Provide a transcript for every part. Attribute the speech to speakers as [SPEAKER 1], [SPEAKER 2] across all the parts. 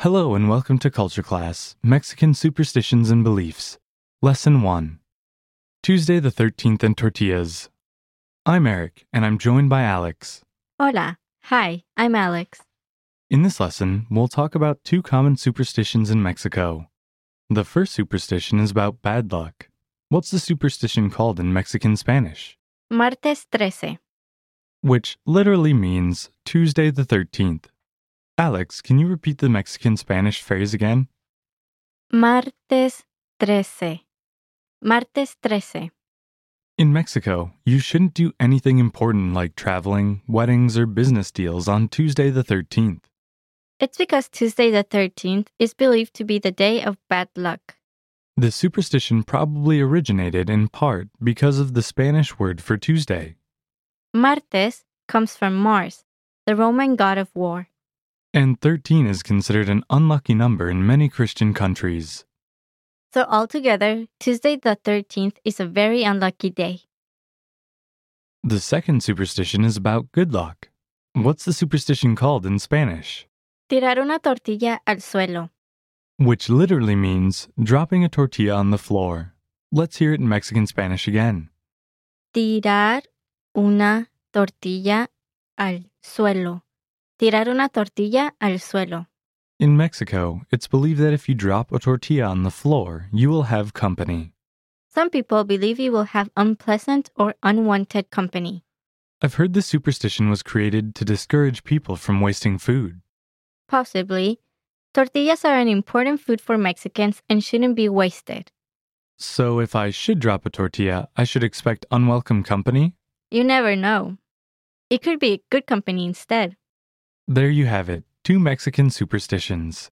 [SPEAKER 1] Hello and welcome to Culture Class Mexican Superstitions and Beliefs. Lesson 1 Tuesday the 13th and Tortillas. I'm Eric and I'm joined by Alex.
[SPEAKER 2] Hola. Hi, I'm Alex.
[SPEAKER 1] In this lesson, we'll talk about two common superstitions in Mexico. The first superstition is about bad luck. What's the superstition called in Mexican Spanish?
[SPEAKER 2] Martes 13.
[SPEAKER 1] Which literally means Tuesday the 13th. Alex, can you repeat the Mexican Spanish phrase again?
[SPEAKER 2] Martes 13. Martes 13.
[SPEAKER 1] In Mexico, you shouldn't do anything important like traveling, weddings, or business deals on Tuesday the 13th.
[SPEAKER 2] It's because Tuesday the 13th is believed to be the day of bad luck.
[SPEAKER 1] The superstition probably originated in part because of the Spanish word for Tuesday,
[SPEAKER 2] Martes comes from Mars, the Roman god of war.
[SPEAKER 1] and 13 is considered an unlucky number in many Christian countries.
[SPEAKER 2] So, altogether, Tuesday the 13th is a very unlucky day.
[SPEAKER 1] The second superstition is about good luck. What's the superstition called in Spanish?
[SPEAKER 2] Tirar una tortilla al suelo.
[SPEAKER 1] Which literally means dropping a tortilla on the floor. Let's hear it in Mexican Spanish again.
[SPEAKER 2] Tirar una tortilla al suelo. Tirar una tortilla al suelo.
[SPEAKER 1] In Mexico, it's believed that if you drop a tortilla on the floor, you will have company.
[SPEAKER 2] Some people believe you will have unpleasant or unwanted company.
[SPEAKER 1] I've heard this superstition was created to discourage people from wasting food.
[SPEAKER 2] Possibly. Tortillas are an important food for Mexicans and shouldn't be wasted.
[SPEAKER 1] So if I should drop a tortilla, I should expect unwelcome company?
[SPEAKER 2] You never know. It could be good company instead.
[SPEAKER 1] There you have it two Mexican superstitions.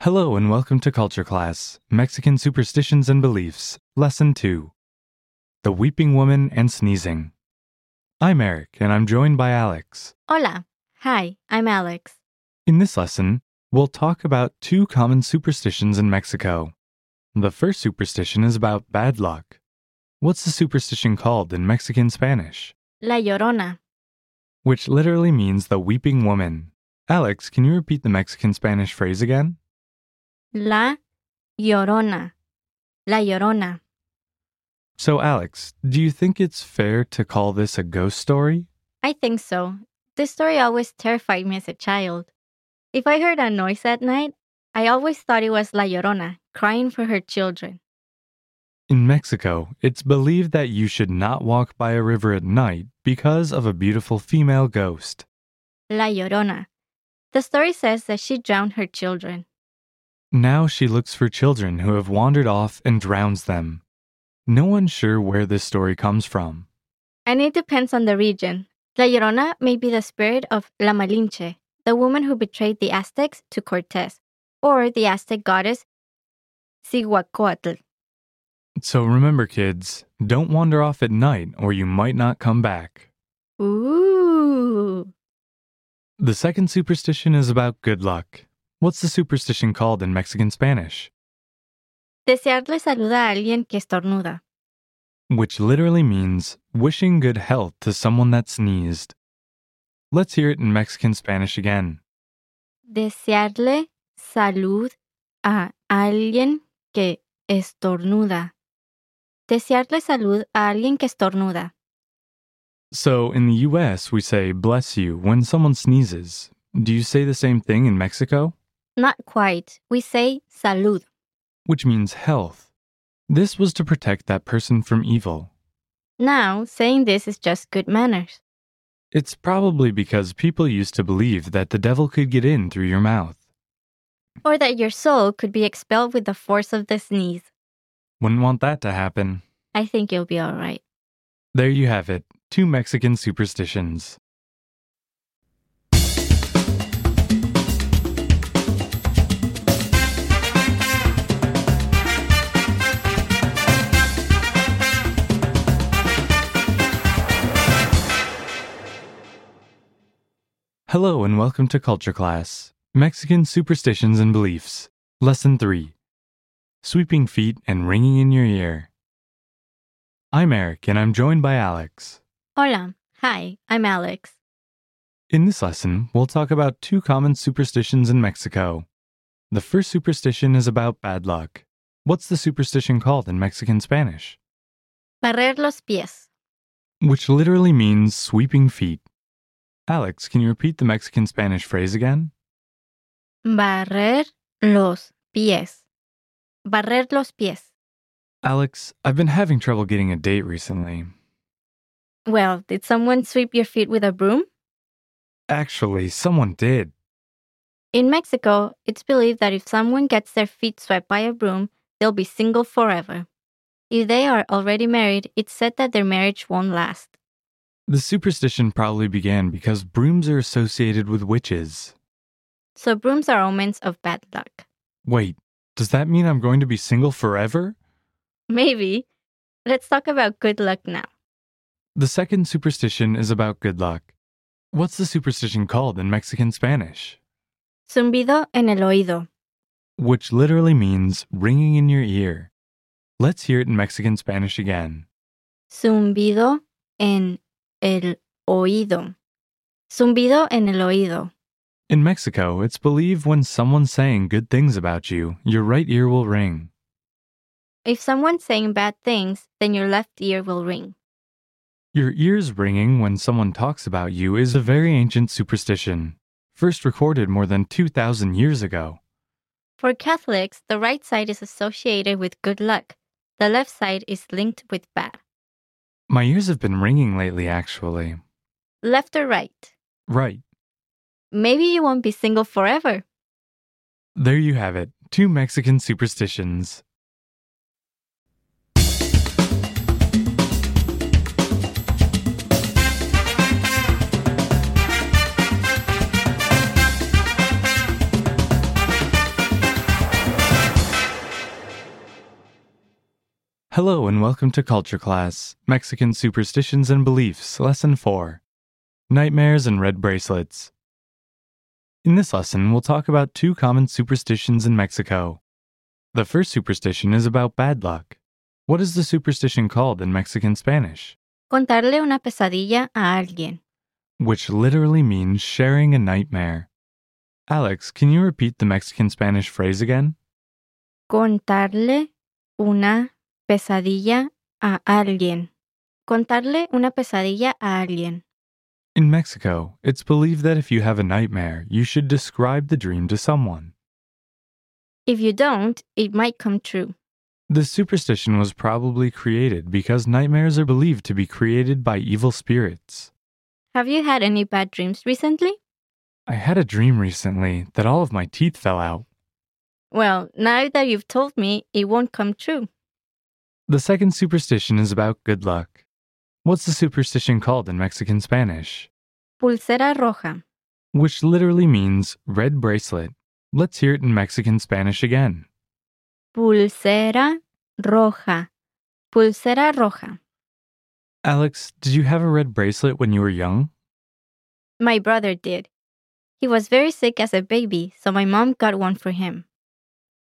[SPEAKER 1] Hello and welcome to Culture Class Mexican Superstitions and Beliefs, Lesson 2 The Weeping Woman and Sneezing. I'm Eric and I'm joined by Alex.
[SPEAKER 2] Hola. Hi, I'm Alex.
[SPEAKER 1] In this lesson, we'll talk about two common superstitions in Mexico. The first superstition is about bad luck. What's the superstition called in Mexican Spanish?
[SPEAKER 2] La Llorona.
[SPEAKER 1] Which literally means the weeping woman. Alex, can you repeat the Mexican Spanish phrase again?
[SPEAKER 2] La Llorona. La Llorona.
[SPEAKER 1] So, Alex, do you think it's fair to call this a ghost story?
[SPEAKER 2] I think so. This story always terrified me as a child. If I heard a noise at night, I always thought it was La Llorona crying for her children.
[SPEAKER 1] In Mexico, it's believed that you should not walk by a river at night because of a beautiful female ghost.
[SPEAKER 2] La Llorona. The story says that she drowned her children.
[SPEAKER 1] Now she looks for children who have wandered off and drowns them. No one's sure where this story comes from.
[SPEAKER 2] And it depends on the region. La Llorona may be the spirit of La Malinche, the woman who betrayed the Aztecs to Cortes, or the Aztec goddess Cihuacóatl.
[SPEAKER 1] So remember, kids, don't wander off at night or you might not come back.
[SPEAKER 2] Ooh.
[SPEAKER 1] The second superstition is about good luck. What's the superstition called in Mexican Spanish?
[SPEAKER 2] Desearle salud a alguien que estornuda.
[SPEAKER 1] Which literally means wishing good health to someone that sneezed. Let's hear it in Mexican Spanish again.
[SPEAKER 2] Desearle salud a alguien que estornuda. Desearle salud a alguien que estornuda.
[SPEAKER 1] So in the US, we say bless you when someone sneezes. Do you say the same thing in Mexico?
[SPEAKER 2] Not quite. We say salud.
[SPEAKER 1] which means health. This was to protect that person from evil.
[SPEAKER 2] Now, saying this is just good manners.
[SPEAKER 1] It's probably because people used to believe that the devil could get in through your mouth.
[SPEAKER 2] Or that your soul could be expelled with the force of the sneeze.
[SPEAKER 1] Wouldn't want that to happen.
[SPEAKER 2] I think you'll be all right.
[SPEAKER 1] There you have it two Mexican superstitions. Hello and welcome to Culture Class Mexican Superstitions and Beliefs. Lesson 3 Sweeping Feet and Ringing in Your Ear. I'm Eric and I'm joined by Alex.
[SPEAKER 2] Hola. Hi, I'm Alex.
[SPEAKER 1] In this lesson, we'll talk about two common superstitions in Mexico. The first superstition is about bad luck. What's the superstition called in Mexican Spanish?
[SPEAKER 2] Barrer los pies.
[SPEAKER 1] Which literally means sweeping feet. Alex, can you repeat the Mexican Spanish phrase again?
[SPEAKER 2] Barrer los pies. Barrer los pies.
[SPEAKER 1] Alex, I've been having trouble getting a date recently.
[SPEAKER 2] Well, did someone sweep your feet with a broom?
[SPEAKER 1] Actually, someone did.
[SPEAKER 2] In Mexico, it's believed that if someone gets their feet swept by a broom, they'll be single forever. If they are already married, it's said that their marriage won't last.
[SPEAKER 1] The superstition probably began because brooms are associated with witches.
[SPEAKER 2] So brooms are omens of bad luck.
[SPEAKER 1] Wait, does that mean I'm going to be single forever?
[SPEAKER 2] Maybe. Let's talk about good luck now.
[SPEAKER 1] The second superstition is about good luck. What's the superstition called in Mexican Spanish?
[SPEAKER 2] Zumbido en el oído.
[SPEAKER 1] Which literally means ringing in your ear. Let's hear it in Mexican Spanish again.
[SPEAKER 2] Zumbido en el oído. Zumbido en el oído.
[SPEAKER 1] In Mexico, it's believed when someone's saying good things about you, your right ear will ring.
[SPEAKER 2] If someone's saying bad things, then your left ear will ring.
[SPEAKER 1] Your ears ringing when someone talks about you is a very ancient superstition, first recorded more than 2,000 years ago.
[SPEAKER 2] For Catholics, the right side is associated with good luck. The left side is linked with bad.
[SPEAKER 1] My ears have been ringing lately, actually.
[SPEAKER 2] Left or right?
[SPEAKER 1] Right,
[SPEAKER 2] Maybe you won't be single forever.
[SPEAKER 1] there you have it two Mexican superstitions. Hello and welcome to Culture Class Mexican Superstitions and Beliefs, Lesson 4 Nightmares and Red Bracelets. In this lesson, we'll talk about two common superstitions in Mexico. The first superstition is about bad luck. What is the superstition called in Mexican Spanish?
[SPEAKER 2] Contarle una pesadilla a alguien.
[SPEAKER 1] Which literally means sharing a nightmare. Alex, can you repeat the Mexican Spanish phrase again?
[SPEAKER 2] Contarle una pesadilla a alguien. Contarle una pesadilla a alguien.
[SPEAKER 1] In Mexico, it's believed that if you have a nightmare, you should describe the dream to someone.
[SPEAKER 2] If you don't, it might come true.
[SPEAKER 1] The superstition was probably created because nightmares are believed to be created by evil spirits.
[SPEAKER 2] Have you had any bad dreams recently?
[SPEAKER 1] I had a dream recently that all of my teeth fell out.
[SPEAKER 2] Well, now that you've told me, it won't come true.
[SPEAKER 1] The second superstition is about good luck. What's the superstition called in Mexican Spanish?
[SPEAKER 2] Pulsera roja.
[SPEAKER 1] Which literally means red bracelet. Let's hear it in Mexican Spanish again.
[SPEAKER 2] Pulsera roja. Pulsera roja.
[SPEAKER 1] Alex, did you have a red bracelet when you were young?
[SPEAKER 2] My brother did. He was very sick as a baby, so my mom got one for him.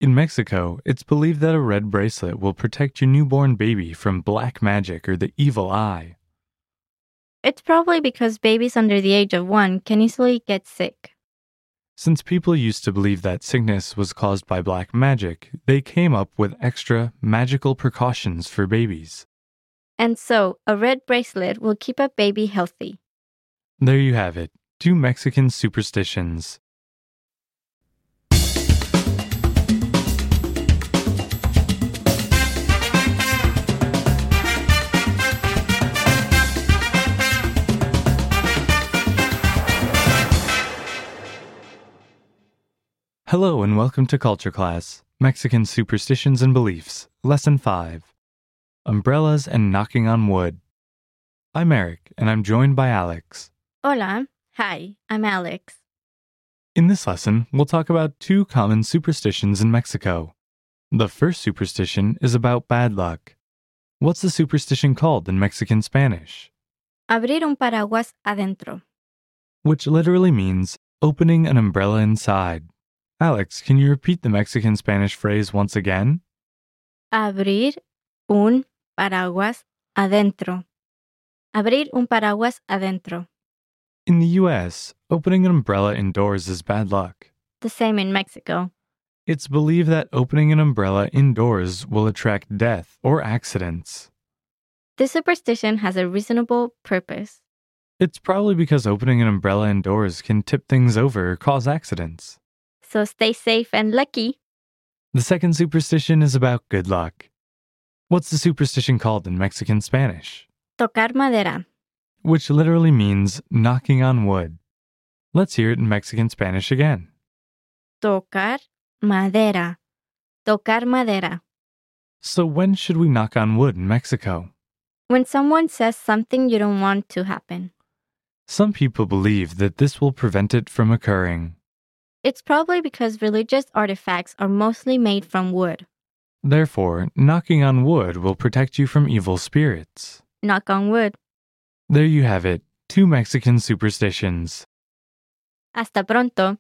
[SPEAKER 1] In Mexico, it's believed that a red bracelet will protect your newborn baby from black magic or the evil eye.
[SPEAKER 2] It's probably because babies under the age of one can easily get sick.
[SPEAKER 1] Since people used to believe that sickness was caused by black magic, they came up with extra magical precautions for babies.
[SPEAKER 2] And so, a red bracelet will keep a baby healthy.
[SPEAKER 1] There you have it two Mexican superstitions. Hello and welcome to Culture Class Mexican Superstitions and Beliefs, Lesson 5 Umbrellas and Knocking on Wood. I'm Eric and I'm joined by Alex.
[SPEAKER 2] Hola. Hi, I'm Alex.
[SPEAKER 1] In this lesson, we'll talk about two common superstitions in Mexico. The first superstition is about bad luck. What's the superstition called in Mexican Spanish?
[SPEAKER 2] Abrir un paraguas adentro.
[SPEAKER 1] Which literally means opening an umbrella inside. Alex, can you repeat the Mexican Spanish phrase once again?
[SPEAKER 2] Abrir un paraguas adentro. Abrir un paraguas adentro.
[SPEAKER 1] In the US, opening an umbrella indoors is bad luck.
[SPEAKER 2] The same in Mexico.
[SPEAKER 1] It's believed that opening an umbrella indoors will attract death or accidents.
[SPEAKER 2] This superstition has a reasonable purpose.
[SPEAKER 1] It's probably because opening an umbrella indoors can tip things over or cause accidents.
[SPEAKER 2] So stay safe and lucky.
[SPEAKER 1] The second superstition is about good luck. What's the superstition called in Mexican Spanish?
[SPEAKER 2] Tocar madera.
[SPEAKER 1] Which literally means knocking on wood. Let's hear it in Mexican Spanish again.
[SPEAKER 2] Tocar madera. Tocar madera.
[SPEAKER 1] So, when should we knock on wood in Mexico?
[SPEAKER 2] When someone says something you don't want to happen,
[SPEAKER 1] Some people believe that this will prevent it from occurring.
[SPEAKER 2] it's probably because religious artifacts are mostly made from wood.
[SPEAKER 1] Therefore, knocking on wood will protect you from evil spirits.
[SPEAKER 2] Knock on wood.
[SPEAKER 1] There you have it two Mexican superstitions.
[SPEAKER 2] Hasta pronto.